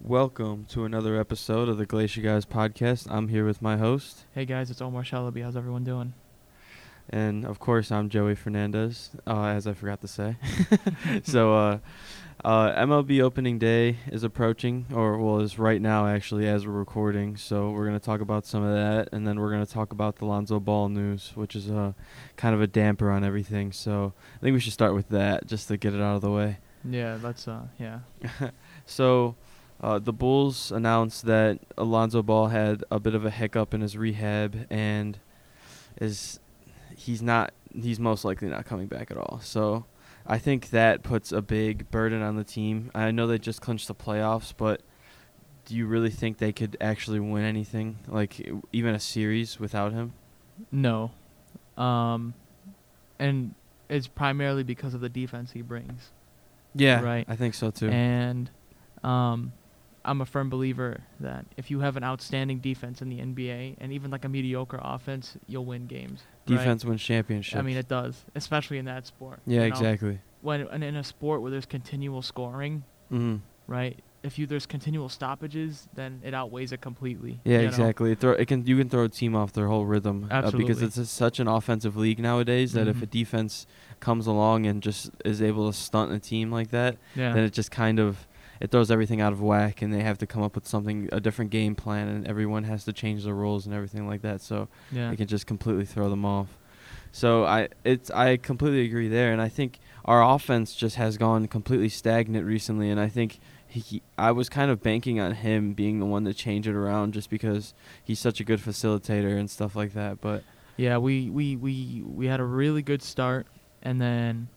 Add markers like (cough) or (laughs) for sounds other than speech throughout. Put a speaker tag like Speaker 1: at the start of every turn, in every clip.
Speaker 1: Welcome to another episode of the Glacier Guys podcast. I'm here with my host,
Speaker 2: Hey guys, it's Omar Shalaby. How's everyone doing?
Speaker 1: and of course, I'm Joey Fernandez, uh, as I forgot to say. (laughs) so, uh, uh, MLB opening day is approaching, or well, is right now actually as we're recording. So, we're going to talk about some of that, and then we're going to talk about the Lonzo Ball news, which is uh, kind of a damper on everything. So, I think we should start with that just to get it out of the way.
Speaker 2: Yeah, that's uh, yeah.
Speaker 1: So, uh, the Bulls announced that Alonzo Ball had a bit of a hiccup in his rehab and is he's not he's most likely not coming back at all. So, I think that puts a big burden on the team. I know they just clinched the playoffs, but do you really think they could actually win anything, like e- even a series without him?
Speaker 2: No, um, and it's primarily because of the defense he brings.
Speaker 1: Yeah,
Speaker 2: Right.
Speaker 1: I think so too.
Speaker 2: And um, I'm a firm believer that if you have an outstanding defense in the NBA and even like a mediocre offense, you'll win games. right?
Speaker 1: Defense wins championships.
Speaker 2: I mean, it does, especially in that sport.
Speaker 1: yeah,
Speaker 2: you know?
Speaker 1: exactly.
Speaker 2: When and in a sport where there's continual scoring,
Speaker 1: hmm
Speaker 2: right? If you there's continual stoppages, then it outweighs it completely.
Speaker 1: Yeah,
Speaker 2: you know?
Speaker 1: exactly. It throw it can you can throw a team off their whole rhythm uh, because
Speaker 2: Absolutely.
Speaker 1: it's a, such an offensive league nowadays that if
Speaker 2: Mhm.
Speaker 1: a defense comes along and just is able to stunt a team like that,
Speaker 2: Yeah.
Speaker 1: then it just kind of it throws everything out of whack and they have to come up with something a different game plan and everyone has to change their rules and everything like that. So
Speaker 2: yeah.
Speaker 1: it can just completely throw them off. So I it's I completely agree there, and I think our offense just has gone completely stagnant recently, and I think he, he I was kind of banking on him being the one to change it around just because he's such a good facilitator and stuff like that. But
Speaker 2: Yeah, we we we we had a really good start, and then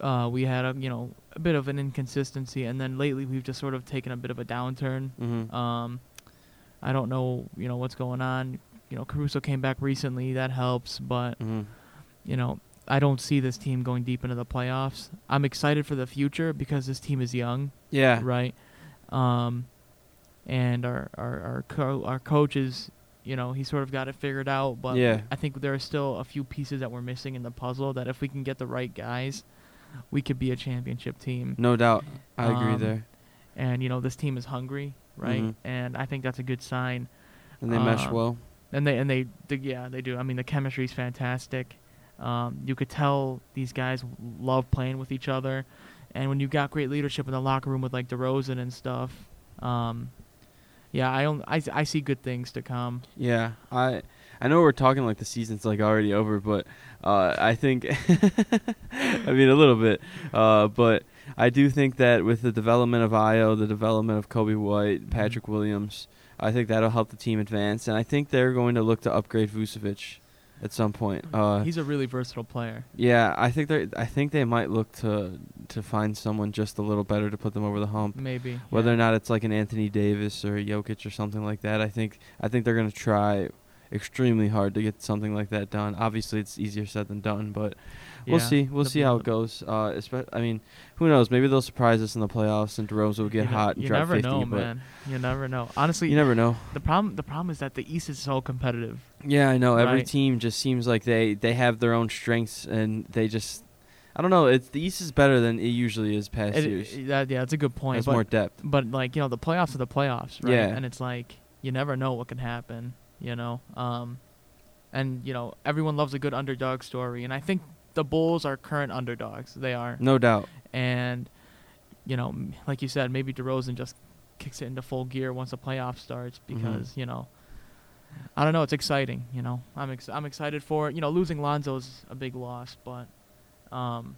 Speaker 2: uh, we had a you know a bit of an inconsistency, and then lately we've just sort of taken a bit of a downturn.
Speaker 1: mhm.
Speaker 2: Um, I don't know you know what's going on. You know Caruso came back recently, that helps, but
Speaker 1: Mhm.
Speaker 2: you know I don't see this team going deep into the playoffs. I'm excited for the future because this team is young,
Speaker 1: yeah,
Speaker 2: right? Um, and our our our, co- our coach is, you know, he sort of got it figured out. But
Speaker 1: Yeah.
Speaker 2: I think there are still a few pieces that we're missing in the puzzle. That if we can get the right guys, we could be a championship team.
Speaker 1: no doubt, I agree
Speaker 2: Um,
Speaker 1: there.
Speaker 2: And you know, this team is hungry, right?
Speaker 1: Mhm.
Speaker 2: And I think that's a good sign.
Speaker 1: And they mesh
Speaker 2: uh,
Speaker 1: well.
Speaker 2: And they and they, they yeah they do. I mean, the chemistry is fantastic. Um, you could tell these guys love playing with each other, and when you got great leadership in the locker room with like DeRozan and stuff, um, yeah, I don't I, s- I see good things to come.
Speaker 1: Yeah, I I know we're talking like the season's like already over, but uh, I think (laughs) I mean a little bit, uh, but I do think that with the development of Io, the development of Kobe White, Patrick Williams, I think that'll help the team advance, and I think they're going to look to upgrade Vucevic at some point. Uh,
Speaker 2: He's a really versatile player.
Speaker 1: yeah, I think they I think they might look to to find someone just a little better to put them over the hump
Speaker 2: Maybe
Speaker 1: whether
Speaker 2: yeah.
Speaker 1: or not it's like an Anthony Davis or a Jokic or something like that. I think I think they're gonna try extremely hard to get something like that done. Obviously, it's easier said than done, but we'll
Speaker 2: Yeah.
Speaker 1: see. We'll
Speaker 2: The-
Speaker 1: see how it
Speaker 2: the-
Speaker 1: goes. Uh, espe- I mean, who knows? Maybe they'll surprise us in the playoffs, and DeRozan will get
Speaker 2: you ne-
Speaker 1: hot and
Speaker 2: you
Speaker 1: drop
Speaker 2: never
Speaker 1: 50.
Speaker 2: know,
Speaker 1: but
Speaker 2: man. You never know. Honestly,
Speaker 1: you never know.
Speaker 2: the problem the problem is that the East is so competitive.
Speaker 1: Yeah, I know. Every
Speaker 2: Right.
Speaker 1: team just seems like they they have their own strengths, and they just I don't know. It's the East is better than it usually is past
Speaker 2: It-
Speaker 1: years.
Speaker 2: it- that- yeah, that's a good point.
Speaker 1: There's
Speaker 2: But,
Speaker 1: more depth.
Speaker 2: but like you know, the playoffs are the playoffs, right?
Speaker 1: Yeah.
Speaker 2: And it's like you never know what can happen. You know, um, and you know everyone loves a good underdog story, and I think the Bulls are current underdogs. They are,
Speaker 1: No doubt.
Speaker 2: and you know, m- like you said, maybe DeRozan just kicks it into full gear once the playoff starts
Speaker 1: Mhm.
Speaker 2: because you know. I don't know. It's exciting, you know. I'm ex- I'm excited for it. You know, losing Lonzo's a big loss, but um,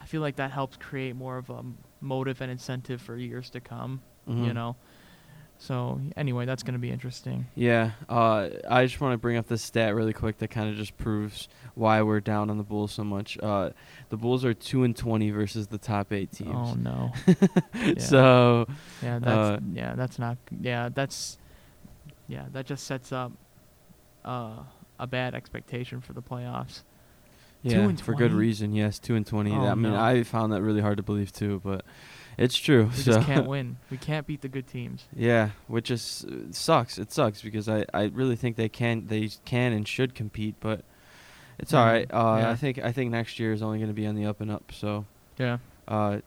Speaker 2: I feel like that helps create more of a m- motive and incentive for years to come. You
Speaker 1: Mhm.
Speaker 2: know, so anyway, that's gonna be interesting.
Speaker 1: Yeah, uh, I just want to bring up this stat really quick that kind of just proves why we're down on the Bulls so much. Uh, the Bulls are two and twenty versus the top eight teams.
Speaker 2: Oh no,
Speaker 1: (laughs) So
Speaker 2: yeah, that's
Speaker 1: Uh,
Speaker 2: yeah, that's not yeah, that's yeah, that just sets up uh, a bad expectation for the playoffs.
Speaker 1: yeah,
Speaker 2: and
Speaker 1: for good
Speaker 2: 20?
Speaker 1: reason. Yes, two and twenty.
Speaker 2: Oh,
Speaker 1: I mean,
Speaker 2: no.
Speaker 1: I found that really hard to believe too, but it's true. (laughs)
Speaker 2: We
Speaker 1: so
Speaker 2: just can't win. We can't beat the good teams.
Speaker 1: yeah, which is it sucks. It sucks because I, I really think they can they can and should compete, but it's all
Speaker 2: Mm,
Speaker 1: right. Uh,
Speaker 2: yeah.
Speaker 1: I think I think next year is only going to be on the up and up. So
Speaker 2: Yeah.
Speaker 1: Uh,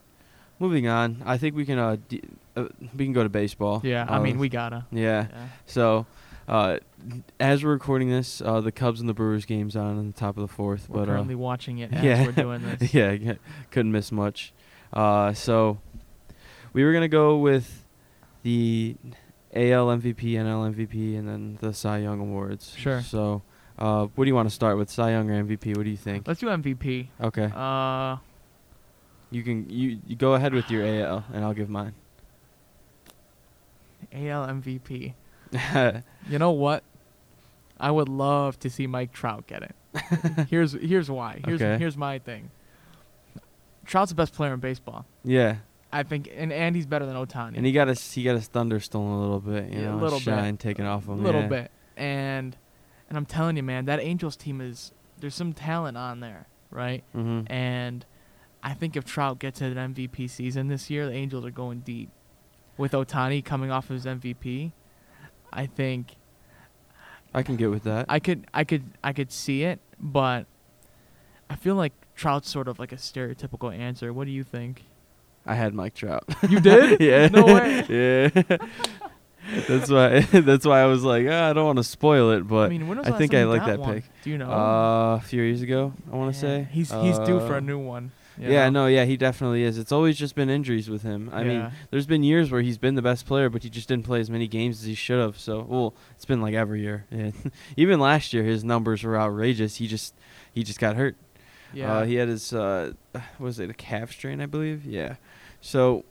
Speaker 1: Moving on, I think we can uh, d- uh we can go to baseball.
Speaker 2: Yeah, I
Speaker 1: Uh,
Speaker 2: mean we gotta.
Speaker 1: yeah.
Speaker 2: Yeah.
Speaker 1: So, uh, as we're recording this, uh, the Cubs and the Brewers game's on in the top of the 4th
Speaker 2: We're
Speaker 1: but uh, (laughs)
Speaker 2: currently watching it as
Speaker 1: yeah.
Speaker 2: we're doing
Speaker 1: (laughs)
Speaker 2: this.
Speaker 1: yeah, yeah, couldn't miss much. Uh, so we were gonna go with the AL MVP, NL MVP, and then the Cy Young awards.
Speaker 2: Sure.
Speaker 1: So, uh, what do you want to start with, Cy Young or MVP? What do you think?
Speaker 2: Let's do MVP.
Speaker 1: Okay,
Speaker 2: Uh,
Speaker 1: you can you, you go ahead with your AL, and I'll give mine.
Speaker 2: AL MVP.
Speaker 1: (laughs) okay.
Speaker 2: You know what? I would love to see Mike Trout
Speaker 1: (laughs)
Speaker 2: get it. here's here's why. Here's
Speaker 1: Okay.
Speaker 2: here's my thing. Trout's the best player in baseball.
Speaker 1: Yeah,
Speaker 2: I think, and and he's better than Otani.
Speaker 1: and he got his he got his thunder stolen a little bit, you
Speaker 2: Yeah, a
Speaker 1: know, his
Speaker 2: little bit.
Speaker 1: shine taken off him.
Speaker 2: a little
Speaker 1: yeah.
Speaker 2: bit, and and I'm telling you, man, that Angels team is there's some talent on there, right?
Speaker 1: Mhm.
Speaker 2: And I think if Trout gets an MVP season this year, the Angels are going deep. With Otani coming off his MVP, I think
Speaker 1: I can get with that.
Speaker 2: I could I could I could see it, but I feel like Trout's sort of like a stereotypical answer. What do you think?
Speaker 1: I had Mike Trout.
Speaker 2: You
Speaker 1: (laughs)
Speaker 2: did?
Speaker 1: yeah.
Speaker 2: No way.
Speaker 1: yeah. (laughs) that's why. (laughs) that's why I was like, ah, I don't want to spoil it, but
Speaker 2: I mean, when was
Speaker 1: I
Speaker 2: the last
Speaker 1: think
Speaker 2: time
Speaker 1: I
Speaker 2: you
Speaker 1: like
Speaker 2: got
Speaker 1: that
Speaker 2: one?
Speaker 1: pick.
Speaker 2: Do you know?
Speaker 1: uh, a few years ago, I want
Speaker 2: Yeah.
Speaker 1: to say
Speaker 2: he's he's due for
Speaker 1: Uh,
Speaker 2: a new one. you
Speaker 1: Yeah,
Speaker 2: know?
Speaker 1: no, yeah, he definitely is. It's always just been injuries with him. I mean,
Speaker 2: Yeah.
Speaker 1: there's been years where he's been the best player, but he just didn't play as many games as he should have. So, well, it's been like every year. (laughs) Yeah. Even last year, his numbers were outrageous. He just, he just got hurt.
Speaker 2: yeah,
Speaker 1: Uh, he had his, uh, what was it a calf strain, I believe? Yeah. So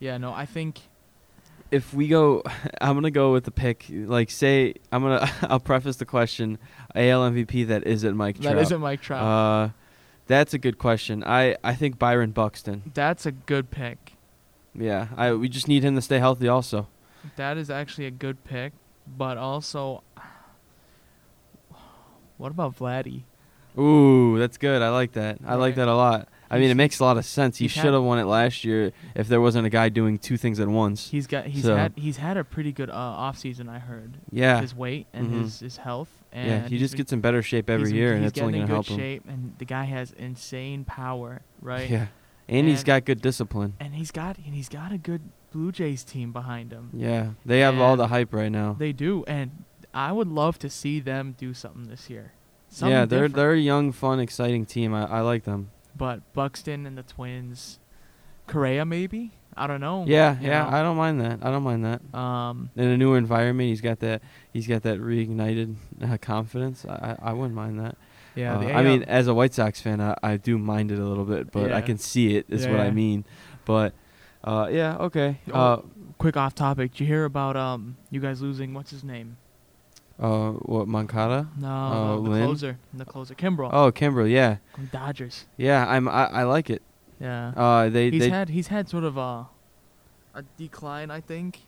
Speaker 2: yeah. No, I think
Speaker 1: if we go (laughs) i'm gonna go with the pick like say i'm gonna (laughs) i'll preface the question al mvp that isn't mike trout
Speaker 2: that isn't Mike Trout.
Speaker 1: uh that's a good question i i think byron buxton
Speaker 2: That's a good pick.
Speaker 1: yeah i we just need him to stay healthy also
Speaker 2: That is actually a good pick, but also, what about Vladdy?
Speaker 1: ooh that's good i like that i like
Speaker 2: Right.
Speaker 1: that a lot i mean it
Speaker 2: He's-
Speaker 1: makes a lot of sense he
Speaker 2: he's had-
Speaker 1: should have won it last year if there wasn't a guy doing two things at once
Speaker 2: He's got he's
Speaker 1: So-
Speaker 2: had he's had a pretty good uh, off season. I heard
Speaker 1: yeah
Speaker 2: his weight and
Speaker 1: Mhm.
Speaker 2: his his health. And
Speaker 1: yeah he
Speaker 2: he's
Speaker 1: just
Speaker 2: been-
Speaker 1: gets in better shape every
Speaker 2: he's been-
Speaker 1: year and
Speaker 2: he's
Speaker 1: that's only
Speaker 2: getting
Speaker 1: gonna
Speaker 2: in
Speaker 1: help
Speaker 2: good
Speaker 1: him
Speaker 2: shape, and the guy has insane power, right?
Speaker 1: yeah and he's
Speaker 2: And-
Speaker 1: got good discipline
Speaker 2: And he's got and he's got a good Blue Jays team behind him.
Speaker 1: yeah they have all
Speaker 2: And
Speaker 1: the hype right now
Speaker 2: They do, and I would love to see them do something this year. Something
Speaker 1: yeah, they're
Speaker 2: different.
Speaker 1: they're a young, fun, exciting team. I, I like them.
Speaker 2: But Buxton and the Twins, Correa maybe. I don't know.
Speaker 1: Yeah,
Speaker 2: you
Speaker 1: yeah,
Speaker 2: know?
Speaker 1: I don't mind that. I don't mind that.
Speaker 2: Um,
Speaker 1: In a newer environment, he's got that he's got that reignited uh, confidence. I, I I wouldn't mind that.
Speaker 2: yeah,
Speaker 1: Uh,
Speaker 2: the
Speaker 1: I mean,
Speaker 2: AL
Speaker 1: as a White Sox fan, I, I do mind it a little bit, but I
Speaker 2: Yeah.
Speaker 1: can see it. Is
Speaker 2: Yeah,
Speaker 1: what I
Speaker 2: yeah.
Speaker 1: mean. But uh, yeah, okay.
Speaker 2: Oh.
Speaker 1: Uh,
Speaker 2: quick off topic. Did you hear about um you guys losing what's his name?
Speaker 1: uh, what Moncada?
Speaker 2: No,
Speaker 1: Uh,
Speaker 2: no, the
Speaker 1: Lynn?
Speaker 2: closer, the closer, Kimbrel,
Speaker 1: Oh, Kimbrel. Yeah,
Speaker 2: from Dodgers.
Speaker 1: yeah. I'm I, I like it.
Speaker 2: Yeah,
Speaker 1: Uh, they
Speaker 2: he's
Speaker 1: they
Speaker 2: had he's had sort of a a decline, I think.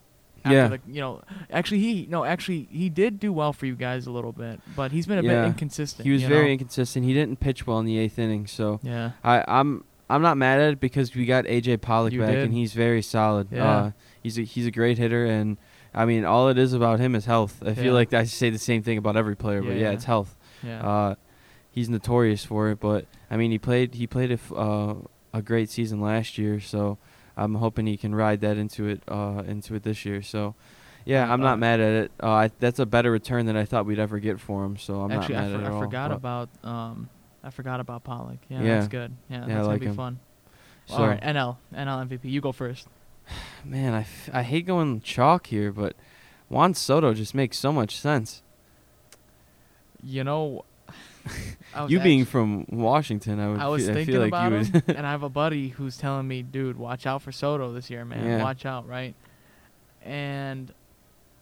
Speaker 1: Yeah.
Speaker 2: After the, you know, actually he no, actually he did do well for you guys a little bit, but he's been a
Speaker 1: Yeah.
Speaker 2: bit inconsistent.
Speaker 1: he was
Speaker 2: you
Speaker 1: very
Speaker 2: know?
Speaker 1: inconsistent. He didn't pitch well in the eighth inning, so
Speaker 2: yeah.
Speaker 1: I, I'm I'm not mad at it because we got AJ Pollock
Speaker 2: You
Speaker 1: back
Speaker 2: did.
Speaker 1: and he's very solid.
Speaker 2: Yeah.
Speaker 1: Uh, he's a, he's a great hitter and I mean all it is about him is health. I
Speaker 2: Yeah.
Speaker 1: feel like I say the same thing about every player, but yeah,
Speaker 2: Yeah.
Speaker 1: it's health.
Speaker 2: Yeah.
Speaker 1: Uh, he's notorious for it, but I mean he played he played a f- uh, a great season last year, so I'm hoping he can ride that into it uh, into it this year. So. Yeah,
Speaker 2: Yeah,
Speaker 1: I'm not
Speaker 2: uh,
Speaker 1: mad at it. Uh, I, that's a better return than I thought we'd ever get for him. So I'm
Speaker 2: actually,
Speaker 1: not mad
Speaker 2: I, for-
Speaker 1: at it
Speaker 2: I
Speaker 1: all.
Speaker 2: forgot
Speaker 1: but-
Speaker 2: about um I forgot about Pollock. Yeah,
Speaker 1: Yeah.
Speaker 2: that's good. Yeah, that's
Speaker 1: I
Speaker 2: gonna
Speaker 1: like
Speaker 2: be
Speaker 1: him.
Speaker 2: fun.
Speaker 1: So-
Speaker 2: All right, NL NL MVP. You go first.
Speaker 1: Man, I, f- I hate going chalk here, but Juan Soto just makes so much sense.
Speaker 2: You know,
Speaker 1: (laughs)
Speaker 2: I was
Speaker 1: You being
Speaker 2: actu-
Speaker 1: from Washington, I would
Speaker 2: I was
Speaker 1: feel,
Speaker 2: thinking
Speaker 1: feel like
Speaker 2: about
Speaker 1: you
Speaker 2: him,
Speaker 1: would. (laughs)
Speaker 2: and I have a buddy who's telling me, "Dude, watch out for Soto this year, man.
Speaker 1: Yeah.
Speaker 2: Watch out, right?" And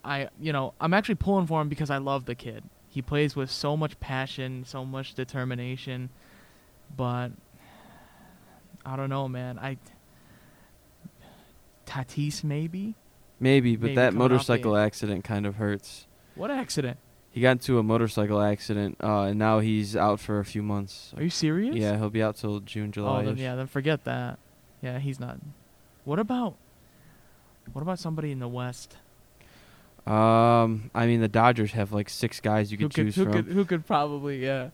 Speaker 2: I, you know, I'm actually pulling for him because I love the kid. He plays with so much passion, so much determination, but I don't know, man. I Tatis maybe?
Speaker 1: maybe, but
Speaker 2: maybe
Speaker 1: that
Speaker 2: coming off the
Speaker 1: motorcycle accident kind of hurts.
Speaker 2: What accident?
Speaker 1: He got into a motorcycle accident, uh, and now he's out for a few months.
Speaker 2: Are you serious?
Speaker 1: Yeah, he'll be out till June, July.
Speaker 2: Oh, then, yeah, then forget that. Yeah, he's not. What about what about somebody in the West
Speaker 1: Um, I mean the Dodgers have like six guys you
Speaker 2: who
Speaker 1: could
Speaker 2: could
Speaker 1: choose
Speaker 2: who
Speaker 1: from.
Speaker 2: could who could probably yeah.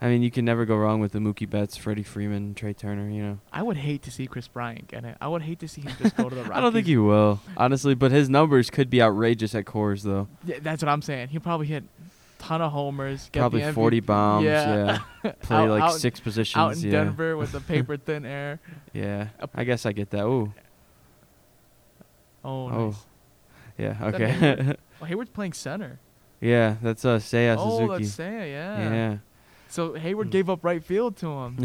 Speaker 1: I mean, you can never go wrong with the Mookie Betts, Freddie Freeman, Trey Turner. You know,
Speaker 2: I would hate to see Chris Bryant get it. I would hate to see him
Speaker 1: (laughs)
Speaker 2: just go to the Rockies.
Speaker 1: I don't think he will, honestly. But his numbers could be outrageous at Coors, though.
Speaker 2: Yeah, that's what I'm saying. He'll probably hit ton of homers. Get
Speaker 1: Probably
Speaker 2: the MVP.
Speaker 1: 40 bombs.
Speaker 2: Yeah.
Speaker 1: Yeah, play
Speaker 2: (laughs) Out-
Speaker 1: like
Speaker 2: out-
Speaker 1: six positions.
Speaker 2: Out in
Speaker 1: yeah,
Speaker 2: Denver
Speaker 1: (laughs)
Speaker 2: with the paper thin air.
Speaker 1: yeah.
Speaker 2: Up-
Speaker 1: I guess I get that. Ooh,
Speaker 2: Oh,
Speaker 1: Oh,
Speaker 2: nice.
Speaker 1: yeah.
Speaker 2: Is that
Speaker 1: Okay.
Speaker 2: Hayward? Oh, Hayward's playing center.
Speaker 1: (laughs) yeah, that's uh, Seiya
Speaker 2: oh,
Speaker 1: Suzuki.
Speaker 2: that's Saya, yeah.
Speaker 1: yeah.
Speaker 2: So Hayward
Speaker 1: Mm.
Speaker 2: gave up right field
Speaker 1: (laughs)
Speaker 2: to him.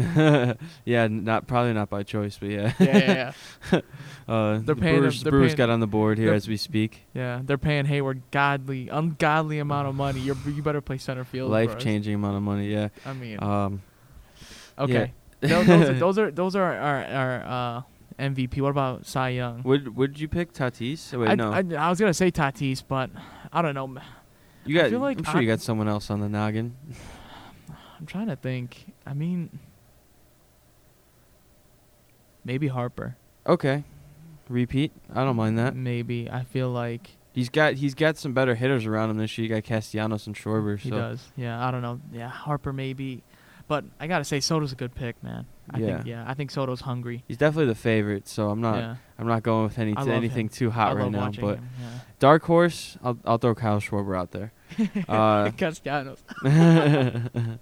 Speaker 1: yeah, n- not probably not by choice, but yeah.
Speaker 2: yeah, yeah, yeah.
Speaker 1: (laughs) Uh,
Speaker 2: They're
Speaker 1: the
Speaker 2: paying him-
Speaker 1: Brewers,
Speaker 2: they're
Speaker 1: Brewers
Speaker 2: paying-
Speaker 1: got on the board here
Speaker 2: they're-
Speaker 1: as we speak.
Speaker 2: Yeah, they're paying Hayward godly, ungodly amount of money. You're, you better play center field. for us.
Speaker 1: Life changing amount of money. Yeah.
Speaker 2: I mean,
Speaker 1: Um,
Speaker 2: okay. Tho- those,
Speaker 1: (laughs)
Speaker 2: are, those are those are our, our uh, MVP. What about Cy Young?
Speaker 1: would would you pick Tatis? Oh, Wait,
Speaker 2: I,
Speaker 1: no.
Speaker 2: I, I was gonna say Tatis, but I don't know.
Speaker 1: you got.
Speaker 2: feel like
Speaker 1: I'm sure you got someone else on the noggin.
Speaker 2: I'm trying to think. I mean, maybe Harper.
Speaker 1: Okay. Repeat. I don't mind that.
Speaker 2: Maybe I feel like
Speaker 1: He's got he's got some better hitters around him this year. You got Castellanos and Schwarber.
Speaker 2: he
Speaker 1: so
Speaker 2: does. Yeah, I don't know. Yeah, Harper maybe, but I gotta say Soto's a good pick, man. I think yeah, I think Soto's hungry.
Speaker 1: he's definitely the favorite. So I'm not
Speaker 2: yeah,
Speaker 1: I'm not going with any
Speaker 2: I love
Speaker 1: anything
Speaker 2: him.
Speaker 1: too
Speaker 2: I
Speaker 1: hot
Speaker 2: love
Speaker 1: right now.
Speaker 2: watching
Speaker 1: But
Speaker 2: him. Yeah.
Speaker 1: dark horse, I'll I'll throw Kyle Schwarber out there. Uh,
Speaker 2: (laughs) Castellanos.
Speaker 1: (laughs)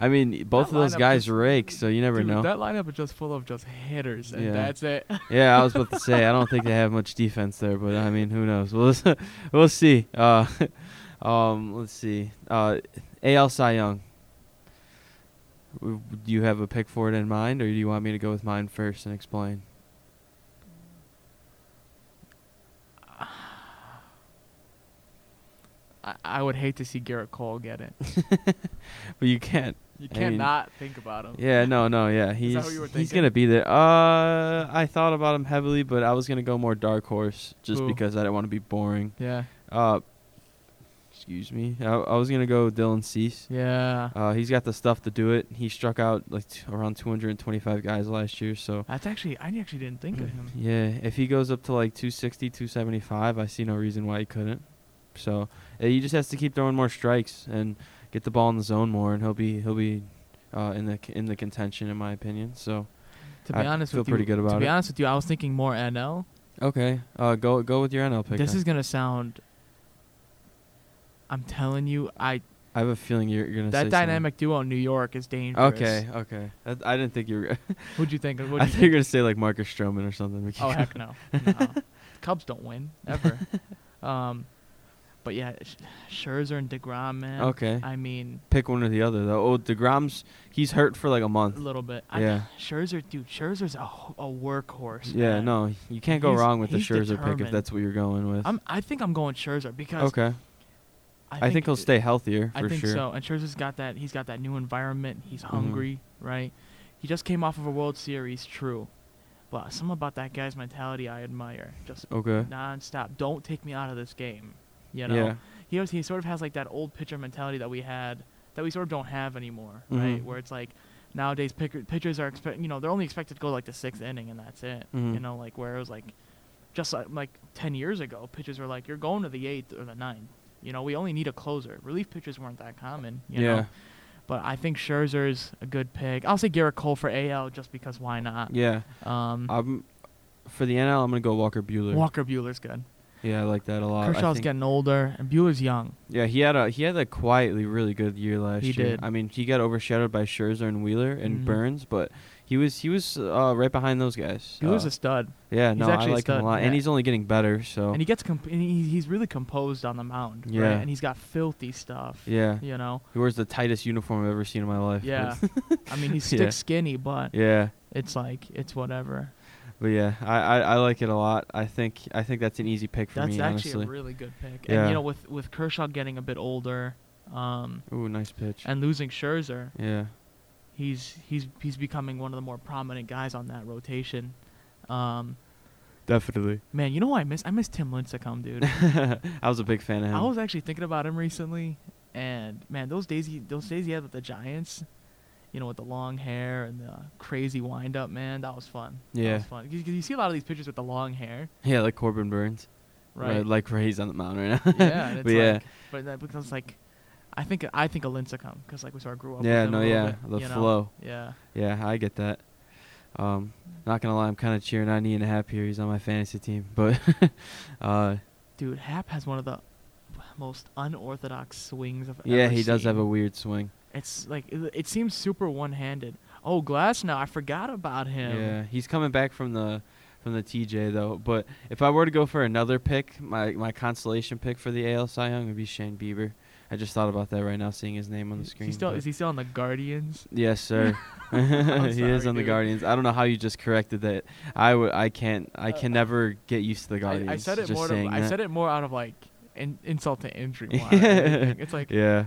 Speaker 1: I mean, both
Speaker 2: That
Speaker 1: of those
Speaker 2: lineup
Speaker 1: guys
Speaker 2: is-
Speaker 1: rake, so you never
Speaker 2: Dude,
Speaker 1: know.
Speaker 2: That lineup is just full of just hitters, and
Speaker 1: Yeah.
Speaker 2: that's it.
Speaker 1: yeah, I was about to say I don't think they have much defense there, but I mean, who knows? We'll (laughs) we'll see. Uh, (laughs) um, let's see. Uh, AL Cy Young. W- Do you have a pick for it in mind, or do you want me to go with mine first and explain?
Speaker 2: (laughs) I, I would hate to see Garrett Cole get it.
Speaker 1: But you can't.
Speaker 2: You
Speaker 1: (laughs) I mean-
Speaker 2: cannot think about him.
Speaker 1: Yeah, no, no, yeah.
Speaker 2: Is
Speaker 1: He's
Speaker 2: that what you were
Speaker 1: he's
Speaker 2: thinking?
Speaker 1: gonna be there. Uh, I thought about him heavily, but I was gonna go more dark horse just
Speaker 2: Who?
Speaker 1: because I didn't want to be boring.
Speaker 2: Yeah.
Speaker 1: Uh, excuse me. I, I was gonna go with Dylan Cease.
Speaker 2: Yeah.
Speaker 1: Uh, he's got the stuff to do it. He struck out like t- around 225 guys last year. So
Speaker 2: That's actually I actually didn't think of him.
Speaker 1: yeah, if he goes up to like 260, 275, I see no reason why he couldn't. So uh, he just has to keep throwing more strikes and get the ball in the zone more, and he'll be he'll be uh, in the c- in the contention in my opinion. So
Speaker 2: To be
Speaker 1: I
Speaker 2: honest
Speaker 1: feel
Speaker 2: with you,
Speaker 1: pretty good
Speaker 2: to
Speaker 1: about
Speaker 2: be
Speaker 1: it.
Speaker 2: honest with you, I was thinking more NL.
Speaker 1: okay, uh, go go with your NL pick.
Speaker 2: This
Speaker 1: then.
Speaker 2: is gonna sound. I'm telling you, I
Speaker 1: I have a feeling you're, you're gonna say
Speaker 2: that
Speaker 1: something.
Speaker 2: dynamic duo in New York is dangerous.
Speaker 1: Okay, okay. That, I didn't think you were.
Speaker 2: What'd you think?
Speaker 1: (laughs)
Speaker 2: What'd
Speaker 1: I
Speaker 2: you
Speaker 1: think you're gonna say like Marcus Stroman or something. We
Speaker 2: Oh
Speaker 1: can't-
Speaker 2: heck
Speaker 1: (laughs)
Speaker 2: no. no. Cubs don't win ever. um, but yeah, Sch- Scherzer and Degrom,
Speaker 1: (laughs)
Speaker 2: man.
Speaker 1: Okay.
Speaker 2: I mean,
Speaker 1: Pick one or the other though. Oh, Degrom's he's hurt for like a
Speaker 2: a
Speaker 1: month.
Speaker 2: little bit.
Speaker 1: Yeah.
Speaker 2: I, Scherzer, dude, Scherzer's a, ho- a workhorse.
Speaker 1: Yeah,
Speaker 2: man.
Speaker 1: no, you can't go
Speaker 2: He's-
Speaker 1: wrong with the
Speaker 2: he's
Speaker 1: Scherzer pick if
Speaker 2: determined.
Speaker 1: that's what you're going with.
Speaker 2: I'm. I think I'm going Scherzer because
Speaker 1: okay,
Speaker 2: I
Speaker 1: I think, he'll stay healthier
Speaker 2: I
Speaker 1: for
Speaker 2: think
Speaker 1: sure. Mm-hmm.
Speaker 2: so. And Scherzer's got that. He's got that new environment. He's hungry, right? He just came off of a World Series, true. But something about that guy's mentality I admire. Just
Speaker 1: Okay.
Speaker 2: nonstop. Don't take me out of this game. You know.
Speaker 1: Yeah.
Speaker 2: He always, he sort of has like that old pitcher mentality that we had that we sort of don't have anymore, right?
Speaker 1: Mhm.
Speaker 2: Where it's like nowadays picker, pitchers are expect you know they're only expected to go like the sixth inning and that's it. You
Speaker 1: Mhm.
Speaker 2: know, like where it was like just like, like ten years ago, pitchers were like you're going to the eighth or the ninth. You know, we only need a closer. Relief pitchers weren't that common. You
Speaker 1: yeah,
Speaker 2: Know? But I think Scherzer's a good pick. I'll say Garrett Cole for AL just because why not?
Speaker 1: yeah.
Speaker 2: Um,
Speaker 1: I'm for the NL. I'm gonna go Walker Bueller.
Speaker 2: Walker Bueller's good.
Speaker 1: yeah, I like that a lot. I
Speaker 2: Kershaw's
Speaker 1: think-
Speaker 2: getting older and Bueller's young.
Speaker 1: Yeah, he had a he had a quietly really good year last
Speaker 2: He
Speaker 1: year.
Speaker 2: did.
Speaker 1: I mean, he got overshadowed by Scherzer and Wheeler and
Speaker 2: Mhm.
Speaker 1: Burns, but he was he was uh, right behind those guys.
Speaker 2: Bueller's
Speaker 1: Uh,
Speaker 2: a stud.
Speaker 1: yeah,
Speaker 2: he's
Speaker 1: no, I
Speaker 2: actually a
Speaker 1: like him
Speaker 2: stud,
Speaker 1: a lot, and
Speaker 2: yeah.
Speaker 1: he's only getting better. So
Speaker 2: and he gets comp- and he, he's really composed on the mound right?
Speaker 1: Yeah.
Speaker 2: and he's got filthy stuff
Speaker 1: yeah, (laughs)
Speaker 2: you know
Speaker 1: he wears the tightest uniform I've ever seen in my life. but-
Speaker 2: yeah i mean he's
Speaker 1: (laughs)
Speaker 2: stick
Speaker 1: Yeah.
Speaker 2: skinny but
Speaker 1: yeah,
Speaker 2: it's like it's whatever
Speaker 1: but yeah, I, I, I like it a lot. I think I think that's an easy pick for
Speaker 2: that's
Speaker 1: me.
Speaker 2: actually
Speaker 1: honestly,
Speaker 2: a really good pick and
Speaker 1: Yeah.
Speaker 2: you know with with kershaw getting a bit older um
Speaker 1: ooh, nice pitch.
Speaker 2: and losing scherzer
Speaker 1: yeah,
Speaker 2: he's he's he's becoming one of the more prominent guys on that rotation um
Speaker 1: definitely. (laughs)
Speaker 2: man you know what i miss i miss tim lincecum dude
Speaker 1: I was a big fan of him.
Speaker 2: I was actually thinking about him recently, and man, those days he those days he had with the Giants, you know, with the long hair and the crazy windup, man, that was fun. that
Speaker 1: Yeah.
Speaker 2: was fun. 'Cause- 'cause you see a lot of these pictures with the long hair,
Speaker 1: yeah, like Corbin Burns,
Speaker 2: right?
Speaker 1: (laughs) Like Ray, he's on the mound right now.
Speaker 2: yeah, and it's
Speaker 1: but yeah,
Speaker 2: like, but that becomes like, I think I think of Lincecum because like we sort of grew up.
Speaker 1: yeah,
Speaker 2: with him a
Speaker 1: no,
Speaker 2: little
Speaker 1: yeah,
Speaker 2: bit,
Speaker 1: the
Speaker 2: you know?
Speaker 1: flow.
Speaker 2: Yeah,
Speaker 1: Yeah, I get that. Um, not gonna lie, I'm kind of cheering on Ian Happ here. He's on my fantasy team, but (laughs) uh,
Speaker 2: dude, Hap has one of the most unorthodox swings of.
Speaker 1: yeah, he does have a weird swing.
Speaker 2: It's like it, it seems super one-handed. Oh, Glass now, I forgot about him.
Speaker 1: Yeah, he's coming back from the from the TJ though. But if I were to go for another pick, my my consolation pick for the AL Cy Young would be Shane Bieber. I just thought about that right now, seeing his name on the
Speaker 2: Is he
Speaker 1: screen.
Speaker 2: still
Speaker 1: but-
Speaker 2: is he still on the Guardians? (laughs)
Speaker 1: Yes, sir. (laughs) he is
Speaker 2: sorry,
Speaker 1: on the
Speaker 2: dude.
Speaker 1: Guardians. I don't know how you just corrected that. I would. I can't. I can
Speaker 2: Uh,
Speaker 1: never get used to the
Speaker 2: I-
Speaker 1: Guardians.
Speaker 2: I, said it
Speaker 1: just
Speaker 2: more. To,
Speaker 1: saying
Speaker 2: I
Speaker 1: that.
Speaker 2: said it more out of like in, insult to
Speaker 1: (laughs)
Speaker 2: injury. more than anything. it's like
Speaker 1: yeah.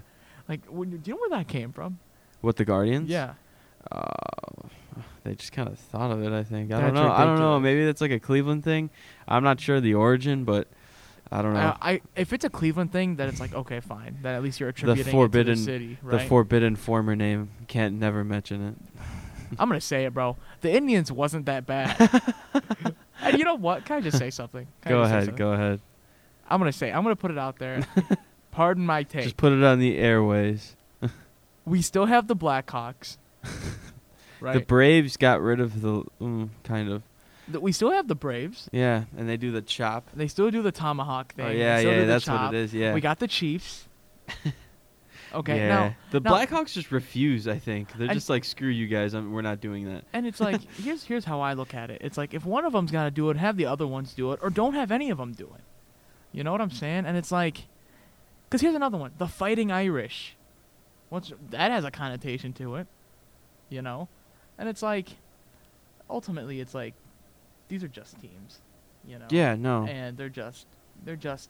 Speaker 2: like when, you- do you know where that came from?
Speaker 1: What the Guardians?
Speaker 2: Yeah,
Speaker 1: Uh, they just kind of thought of it. I think. I don't
Speaker 2: That's
Speaker 1: know. I don't know.
Speaker 2: ridiculous.
Speaker 1: Maybe that's like a Cleveland thing. I'm not sure the origin, but I don't know.
Speaker 2: I, I if it's a Cleveland thing, then it's like okay, fine. Then at least you're attributing it
Speaker 1: forbidden-
Speaker 2: to the city,
Speaker 1: the
Speaker 2: right?
Speaker 1: forbidden former name can't never mention it.
Speaker 2: I'm gonna say it, bro. The Indians wasn't
Speaker 1: (laughs)
Speaker 2: that bad. and you know what? Can I just say something? Can I
Speaker 1: go
Speaker 2: just say
Speaker 1: ahead.
Speaker 2: something?
Speaker 1: Go ahead.
Speaker 2: I'm gonna say. I'm gonna put it out
Speaker 1: (laughs)
Speaker 2: there. Pardon my take.
Speaker 1: Just put it on the airways.
Speaker 2: we still have
Speaker 1: (laughs)
Speaker 2: the Blackhawks.
Speaker 1: The
Speaker 2: right.
Speaker 1: Braves got rid of the mm, kind of
Speaker 2: Th- we still have the Braves.
Speaker 1: yeah, and they do the chop.
Speaker 2: They still do the tomahawk thing.
Speaker 1: Oh
Speaker 2: They
Speaker 1: yeah,
Speaker 2: still do
Speaker 1: yeah,
Speaker 2: the
Speaker 1: that's
Speaker 2: chop.
Speaker 1: what it is. Yeah.
Speaker 2: We got
Speaker 1: (laughs)
Speaker 2: the Chiefs. okay,
Speaker 1: yeah.
Speaker 2: now
Speaker 1: the
Speaker 2: now-
Speaker 1: Blackhawks just refuse. I think they're
Speaker 2: And-
Speaker 1: just like, screw you guys. I'm, we're not doing that.
Speaker 2: and
Speaker 1: (laughs)
Speaker 2: it's like here's here's how I look at it. It's like if one of them's got to do it, have the other ones do it, or don't have any of them do it. You know what I'm saying? And it's like, because here's another one: the Fighting Irish. What's that has a connotation to it, you know? And it's like, ultimately, it's like these are just teams, you know?
Speaker 1: Yeah, no.
Speaker 2: and they're just they're just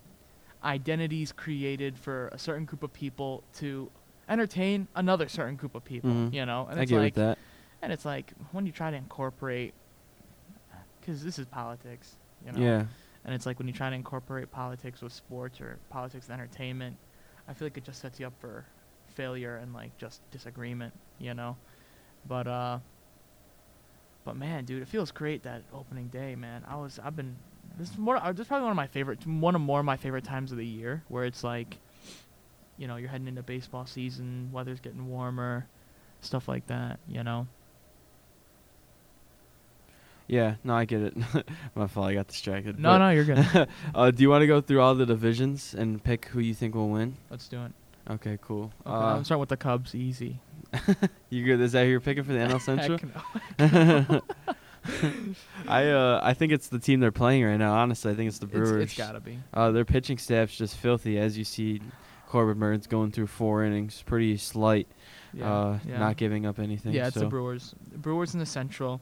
Speaker 2: identities created for a certain group of people to entertain another certain group of people
Speaker 1: Mhm.
Speaker 2: you know and
Speaker 1: I
Speaker 2: it's
Speaker 1: get
Speaker 2: like
Speaker 1: with that.
Speaker 2: and it's like when you try to incorporate because this is politics you know
Speaker 1: Yeah.
Speaker 2: and it's like when you try to incorporate politics with sports or politics and entertainment i feel like it just sets you up for failure and like just disagreement you know but uh but man dude it feels great that opening day man i was i've been this is more uh, this is probably one of my favorite one of more of my favorite times of the year where it's like you know you're heading into baseball season weather's getting warmer stuff like that you know
Speaker 1: Yeah, no, I get it. (laughs) My fault, I got distracted.
Speaker 2: no no you're
Speaker 1: (laughs)
Speaker 2: good
Speaker 1: no. uh, do you want to go through all the divisions and pick who you think will win?
Speaker 2: let's do it
Speaker 1: Okay, cool.
Speaker 2: okay,
Speaker 1: Uh,
Speaker 2: i'm starting with the cubs easy
Speaker 1: you good? Is that who you're picking for the NL Central?
Speaker 2: (laughs) Heck no.
Speaker 1: (laughs) I uh, I think it's the team they're playing right now. Honestly, I think it's the
Speaker 2: It's-
Speaker 1: Brewers.
Speaker 2: it's gotta be
Speaker 1: Uh, their pitching staff's just filthy, as you see. Corbin Burns going through four innings, pretty slight,
Speaker 2: Yeah,
Speaker 1: uh,
Speaker 2: yeah.
Speaker 1: not giving up anything.
Speaker 2: yeah, it's
Speaker 1: so.
Speaker 2: the Brewers. Brewers in the Central.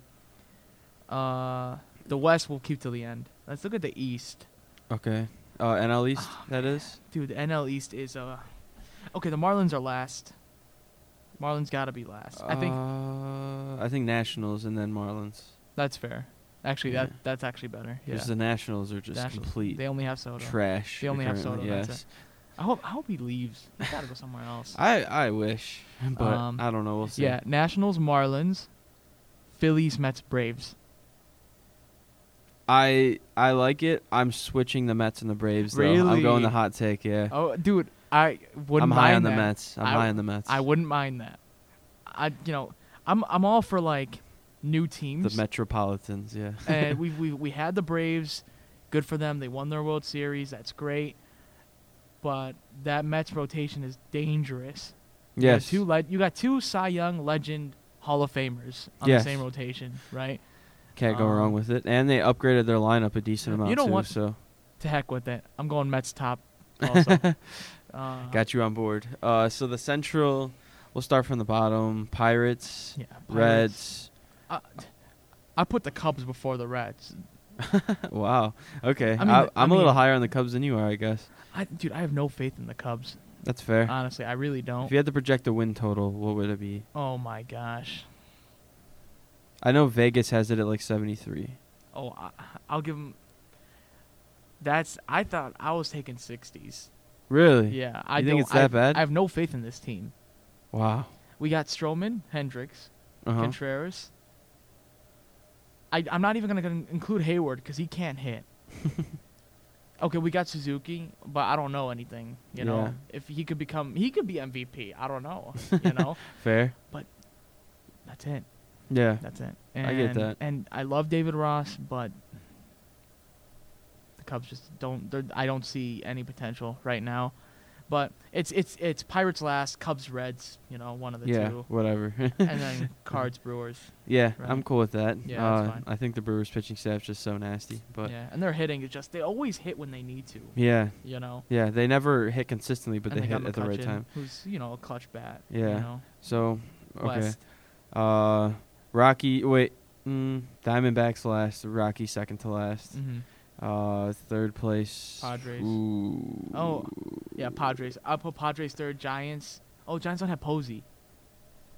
Speaker 2: Uh, the West we'll keep till the end. Let's look at the East,
Speaker 1: Okay. Uh, NL East,
Speaker 2: Oh,
Speaker 1: that is.
Speaker 2: dude. The NL East is uh, okay. The Marlins are last. Marlins gotta be last. I think
Speaker 1: Uh, I think Nationals and then Marlins.
Speaker 2: that's fair. Actually,
Speaker 1: yeah.
Speaker 2: that that's actually better. Yeah.
Speaker 1: Because the Nationals are just
Speaker 2: Nationals.
Speaker 1: complete
Speaker 2: They only have Soto.
Speaker 1: trash.
Speaker 2: They only have
Speaker 1: currently,
Speaker 2: Soto,
Speaker 1: Yes.
Speaker 2: that's it. I hope I hope he leaves. He's gotta go somewhere
Speaker 1: (laughs)
Speaker 2: else.
Speaker 1: I I wish, (laughs) but
Speaker 2: Um,
Speaker 1: I don't know. We'll see.
Speaker 2: yeah, Nationals, Marlins, Phillies, Mets, Braves.
Speaker 1: I I like it. I'm switching the Mets and the Braves. Though. I'm going
Speaker 2: Really?
Speaker 1: the hot take. Yeah.
Speaker 2: Oh, dude, I
Speaker 1: I'm
Speaker 2: wouldn't
Speaker 1: high
Speaker 2: mind
Speaker 1: on the
Speaker 2: that.
Speaker 1: Mets. I'm
Speaker 2: I-
Speaker 1: high on the Mets.
Speaker 2: I wouldn't mind that. I you know I'm I'm all for like new teams.
Speaker 1: the Metropolitans. Yeah.
Speaker 2: (laughs)
Speaker 1: (laughs)
Speaker 2: and we we we had the Braves, good for them. They won their World Series. That's great. But that Mets rotation is dangerous. You got
Speaker 1: yes.
Speaker 2: two le- you got two Cy Young legend Hall of Famers on
Speaker 1: Yes.
Speaker 2: the same rotation, right?
Speaker 1: Can't go
Speaker 2: um,
Speaker 1: wrong with it. And they upgraded their lineup a decent amount
Speaker 2: You know
Speaker 1: too.
Speaker 2: what? Uh-huh.
Speaker 1: So
Speaker 2: To heck with it. I'm going Mets
Speaker 1: (laughs)
Speaker 2: top. Also. uh,
Speaker 1: got you on board. Uh, so the Central. We'll start from the bottom. Pirates,
Speaker 2: yeah, Pirates.
Speaker 1: Reds.
Speaker 2: I put the Cubs before the Reds.
Speaker 1: (laughs) wow. Okay. I
Speaker 2: I mean,
Speaker 1: I,
Speaker 2: the- I
Speaker 1: am a little
Speaker 2: mean-
Speaker 1: higher on the Cubs than you are, I guess.
Speaker 2: I, dude, I have no faith in the Cubs.
Speaker 1: That's fair.
Speaker 2: Honestly, I really
Speaker 1: If
Speaker 2: don't.
Speaker 1: you had to project a win total, what would it be?
Speaker 2: Oh my gosh.
Speaker 1: I know Vegas has it at like 73.
Speaker 2: Oh, I, I'll give him. That's. I thought I was taking sixties.
Speaker 1: Really?
Speaker 2: Yeah, I
Speaker 1: You think
Speaker 2: don't-
Speaker 1: it's that
Speaker 2: I-
Speaker 1: bad?
Speaker 2: I have no faith in this team.
Speaker 1: Wow.
Speaker 2: We got Stroman, Hendricks,
Speaker 1: Uh-huh.
Speaker 2: Contreras.
Speaker 1: (laughs)
Speaker 2: I, I'm not even gonna con- include Hayward because he can't hit. okay, we got Suzuki, but I don't know anything. You
Speaker 1: Yeah.
Speaker 2: know, if he could become, he could be MVP. I don't know. You
Speaker 1: (laughs)
Speaker 2: know,
Speaker 1: Fair.
Speaker 2: that's it.
Speaker 1: Yeah.
Speaker 2: That's it. And,
Speaker 1: I get that.
Speaker 2: And I love David Ross, but the Cubs just don't. they're- I don't see any potential right now. But it's it's it's Pirates last, Cubs Reds. You know, one of the
Speaker 1: yeah. (laughs)
Speaker 2: two, (laughs)
Speaker 1: Whatever.
Speaker 2: and then Cards Brewers.
Speaker 1: yeah,
Speaker 2: Right.
Speaker 1: I'm cool with that.
Speaker 2: Yeah,
Speaker 1: uh,
Speaker 2: that's fine.
Speaker 1: I think the Brewers pitching staff's just so nasty, but yeah,
Speaker 2: yeah, and they're hitting. It's just they always hit when they need to.
Speaker 1: yeah,
Speaker 2: You know.
Speaker 1: they never hit consistently, but
Speaker 2: And
Speaker 1: they
Speaker 2: got
Speaker 1: hit at the right
Speaker 2: McCutcheon,
Speaker 1: time.
Speaker 2: Who's you know a clutch bat. You
Speaker 1: Yeah.
Speaker 2: know?
Speaker 1: So, okay.
Speaker 2: West.
Speaker 1: Uh, Rocky. Wait. Mm, Diamondbacks last. Rocky second to last.
Speaker 2: Mhm.
Speaker 1: Uh, third place.
Speaker 2: Padres.
Speaker 1: Ooh.
Speaker 2: Oh, yeah, Padres. I put Padres third. Giants. Oh, Giants don't have Posey.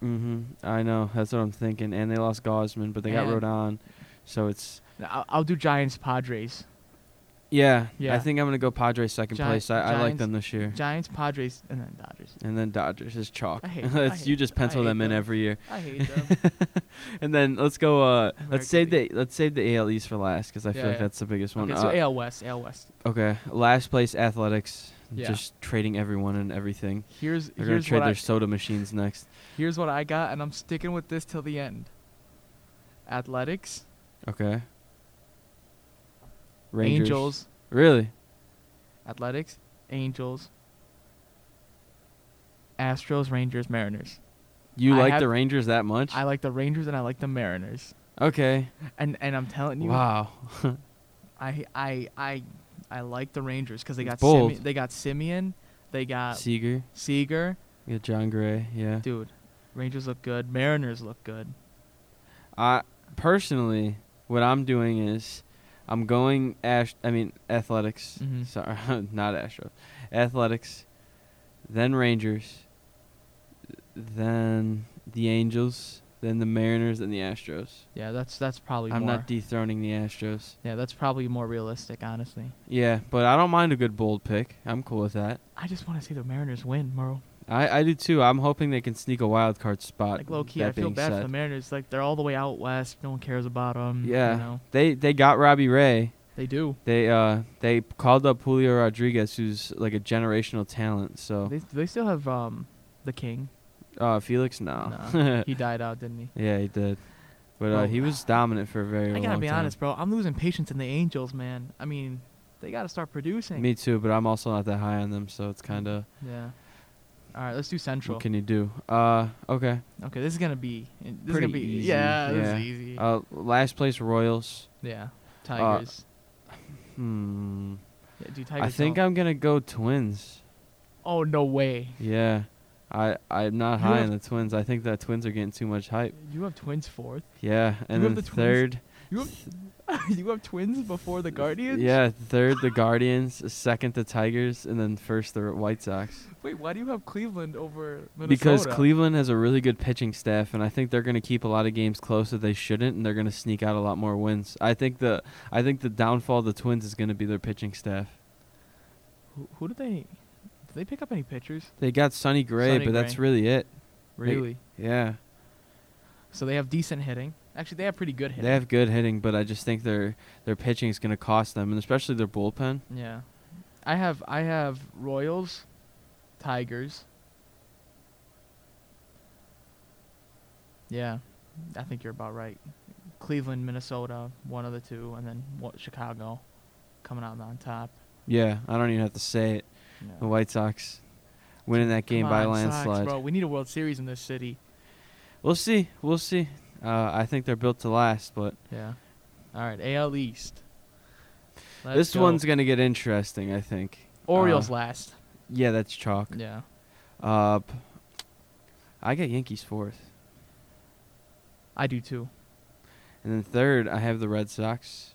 Speaker 1: Mhm. I know. That's what I'm thinking. And they lost Gosman, but they got
Speaker 2: And-
Speaker 1: Rodon. So it's
Speaker 2: No, I'll, I'll do Giants Padres.
Speaker 1: yeah. I
Speaker 2: Yeah.
Speaker 1: think I'm gonna go Padres second
Speaker 2: Gi-
Speaker 1: place. I, I like
Speaker 2: Giants-
Speaker 1: them this year.
Speaker 2: Giants Padres and then Dodgers.
Speaker 1: and then Dodgers is chalk. (laughs)
Speaker 2: I hate- I
Speaker 1: That's- you
Speaker 2: hate-
Speaker 1: just
Speaker 2: I
Speaker 1: pencil
Speaker 2: hate
Speaker 1: them in
Speaker 2: them.
Speaker 1: every year.
Speaker 2: (laughs) I
Speaker 1: (laughs)
Speaker 2: hate them.
Speaker 1: And then let's go. Uh, let's
Speaker 2: American
Speaker 1: save the
Speaker 2: League.
Speaker 1: let's save the AL East for last because I feel
Speaker 2: Yeah,
Speaker 1: like
Speaker 2: yeah.
Speaker 1: that's the biggest one.
Speaker 2: okay,
Speaker 1: Uh,
Speaker 2: so AL West, AL West.
Speaker 1: Okay, last place athletics,
Speaker 2: Yeah.
Speaker 1: just trading everyone and everything.
Speaker 2: Here's
Speaker 1: They're
Speaker 2: here's
Speaker 1: gonna trade
Speaker 2: what
Speaker 1: their
Speaker 2: I,
Speaker 1: soda machines next.
Speaker 2: here's what I got, and I'm sticking with this till the end. Athletics,
Speaker 1: Okay. Rangers.
Speaker 2: Angels,
Speaker 1: Really?
Speaker 2: Athletics, Angels, Astros, Rangers, Mariners.
Speaker 1: You
Speaker 2: I
Speaker 1: like
Speaker 2: have-
Speaker 1: the Rangers that much?
Speaker 2: I like the Rangers and I like the Mariners.
Speaker 1: okay.
Speaker 2: And and I'm telling you,
Speaker 1: Wow.
Speaker 2: I I I I like the Rangers because they
Speaker 1: It's
Speaker 2: got
Speaker 1: bold.
Speaker 2: Simi- they got Simeon, they
Speaker 1: (laughs)
Speaker 2: got
Speaker 1: Seager.
Speaker 2: Seager.
Speaker 1: Yeah, John Gray. Yeah.
Speaker 2: Uh, Dude, Rangers look good. Mariners look good.
Speaker 1: I personally, what I'm doing is, I'm going Ash. I mean athletics. (laughs)
Speaker 2: Mhm.
Speaker 1: Sorry, not Astros. Athletics, then Rangers, then the Angels, then the Mariners, and the Astros.
Speaker 2: Yeah, that's that's probably
Speaker 1: I'm
Speaker 2: more.
Speaker 1: not dethroning the Astros.
Speaker 2: yeah, that's probably more realistic, honestly.
Speaker 1: Yeah, but I don't mind a good bold pick. I'm cool with that.
Speaker 2: I just want to see the Mariners win, Merle.
Speaker 1: I, I do too. I'm hoping they can sneak a wild card spot.
Speaker 2: Like low key,
Speaker 1: Uh, that
Speaker 2: I feel
Speaker 1: being
Speaker 2: bad for
Speaker 1: said.
Speaker 2: the Mariners. Like they're all the way out west. No one cares about them.
Speaker 1: Yeah.
Speaker 2: you know?
Speaker 1: They they got Robbie Ray.
Speaker 2: they do.
Speaker 1: They uh they called up Julio Rodriguez, who's like a generational talent. So
Speaker 2: They they still have um the King.
Speaker 1: uh Felix, no. (laughs)
Speaker 2: Nah, he died out, didn't he?
Speaker 1: yeah, he did. But uh,
Speaker 2: Well,
Speaker 1: he was dominant for a very
Speaker 2: I
Speaker 1: long
Speaker 2: gotta be
Speaker 1: time.
Speaker 2: honest, bro. I'm losing patience in the Angels, man. I mean, they gotta start producing.
Speaker 1: Me too, but I'm also not that high on them, so it's kind of
Speaker 2: Yeah. All right, let's do Central.
Speaker 1: what can you do? Uh, okay.
Speaker 2: Okay, this is gonna be this is
Speaker 1: Pretty
Speaker 2: gonna be
Speaker 1: easy,
Speaker 2: yeah, this
Speaker 1: yeah.
Speaker 2: is easy.
Speaker 1: Uh, last place Royals.
Speaker 2: yeah, Tigers.
Speaker 1: Hmm.
Speaker 2: yeah, do Tigers
Speaker 1: I think
Speaker 2: don't-
Speaker 1: I'm gonna go Twins.
Speaker 2: Oh no way!
Speaker 1: Yeah, I I'm not
Speaker 2: You
Speaker 1: high
Speaker 2: have-
Speaker 1: on the Twins. I think that Twins are getting too much hype.
Speaker 2: You have twins fourth.
Speaker 1: Yeah, and
Speaker 2: You
Speaker 1: then
Speaker 2: have the Twins?
Speaker 1: third.
Speaker 2: You have (laughs) you have twins before the Guardians.
Speaker 1: Yeah, third the Guardians, second the Tigers, and then first the White Sox.
Speaker 2: Wait, why do you have Cleveland over Minnesota?
Speaker 1: Because Cleveland has a really good pitching staff, and I think they're going to keep a lot of games close that they shouldn't, and they're going to sneak out a lot more wins. I think the I think the downfall of the Twins is going to be their pitching staff.
Speaker 2: Who, who did they? Did they pick up any pitchers?
Speaker 1: They got Sonny Gray,
Speaker 2: Sonny
Speaker 1: but that's
Speaker 2: Gray.
Speaker 1: really it. They-
Speaker 2: Really?
Speaker 1: Yeah,
Speaker 2: So they have decent hitting. Actually, they have pretty good hitting.
Speaker 1: they have good hitting, but I just think their their pitching is going to cost them, and especially their bullpen.
Speaker 2: Yeah, I have I have Royals, Tigers. Yeah, I think you're about right. Cleveland, Minnesota, one of the two, and then what Chicago, coming out on top.
Speaker 1: Yeah, I don't even have to say it.
Speaker 2: Yeah.
Speaker 1: The White Sox winning that game
Speaker 2: Come
Speaker 1: by
Speaker 2: on, Sox,
Speaker 1: landslide.
Speaker 2: bro. We need a World Series in this city.
Speaker 1: We'll see. We'll see. Uh, I think they're built to last, but
Speaker 2: Yeah. All right, AL East. Let's
Speaker 1: this
Speaker 2: go.
Speaker 1: one's gonna get interesting. I think.
Speaker 2: Orioles
Speaker 1: uh,
Speaker 2: last.
Speaker 1: Yeah, that's chalk.
Speaker 2: Yeah.
Speaker 1: Uh, p- I got Yankees fourth,
Speaker 2: I do too.
Speaker 1: and then third I have the Red Sox.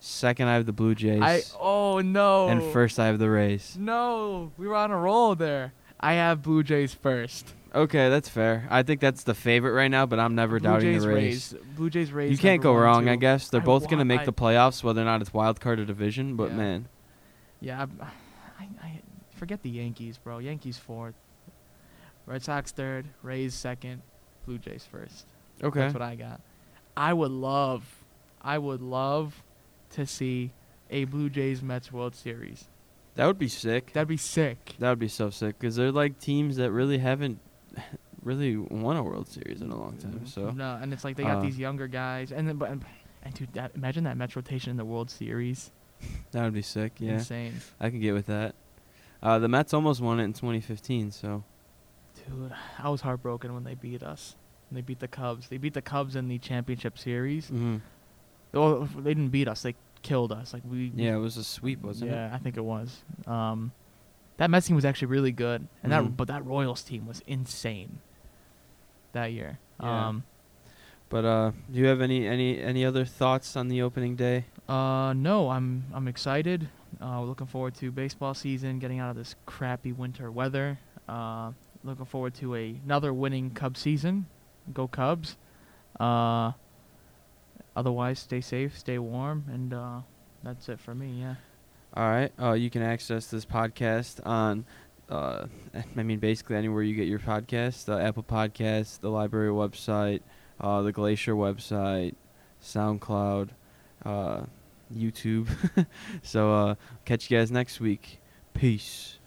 Speaker 1: Second I have the Blue Jays,
Speaker 2: I oh no.
Speaker 1: and first I have the Rays.
Speaker 2: No, we were on a roll there. I have Blue Jays first.
Speaker 1: Okay, that's fair. I think that's the favorite right now, but I'm never
Speaker 2: Blue
Speaker 1: doubting
Speaker 2: Jays
Speaker 1: the Rays.
Speaker 2: Blue Jays Rays.
Speaker 1: You can't
Speaker 2: number
Speaker 1: go
Speaker 2: one,
Speaker 1: wrong,
Speaker 2: two.
Speaker 1: I guess. They're
Speaker 2: I
Speaker 1: both
Speaker 2: wa-
Speaker 1: gonna make
Speaker 2: I-
Speaker 1: the playoffs, whether or not it's wild card or division. But
Speaker 2: Yeah.
Speaker 1: man,
Speaker 2: Yeah, I'm- I, I forget the Yankees, bro. Yankees fourth, Red Sox third, Rays second, Blue Jays first.
Speaker 1: okay,
Speaker 2: That's what I got. I would love, I would love to see a Blue Jays Mets World Series.
Speaker 1: That would be sick.
Speaker 2: That'd be sick.
Speaker 1: That would be so sick because they're like teams that really haven't (laughs) really won a World Series in a long
Speaker 2: Mm-hmm.
Speaker 1: time. So
Speaker 2: no, and it's like they got
Speaker 1: uh,
Speaker 2: these younger guys, and then but and, and dude, that, imagine that Mets rotation in the World Series.
Speaker 1: that would be sick. Yeah,
Speaker 2: Insane,
Speaker 1: I could get with that. Uh, the Mets almost won it in 2015. So
Speaker 2: dude. I was heartbroken when they beat us. When they beat the Cubs. They beat the Cubs in the championship series.
Speaker 1: Mhm.
Speaker 2: Oh, they didn't beat us. They killed us. Like we.
Speaker 1: yeah, it was a sweep, wasn't it?
Speaker 2: yeah, I think it was. Um, that Mets team was actually really good, and
Speaker 1: Mhm.
Speaker 2: that but that Royals team was insane. That year.
Speaker 1: Yeah.
Speaker 2: Um,
Speaker 1: But uh, do you have any any any other thoughts on the opening day?
Speaker 2: Uh, no, I'm I'm excited. Uh, looking forward to baseball season, getting out of this crappy winter weather. Uh, looking forward to a, another winning Cub season. Go Cubs. Uh, otherwise, stay safe, stay warm, and uh, that's it for me. Yeah.
Speaker 1: All right. Uh, you can access this podcast on, uh, (laughs) I mean, basically anywhere you get your podcast the Apple Podcasts, the library website, uh, the Glacier website, SoundCloud, (laughs) uh, YouTube. so uh, catch you guys next week. Peace.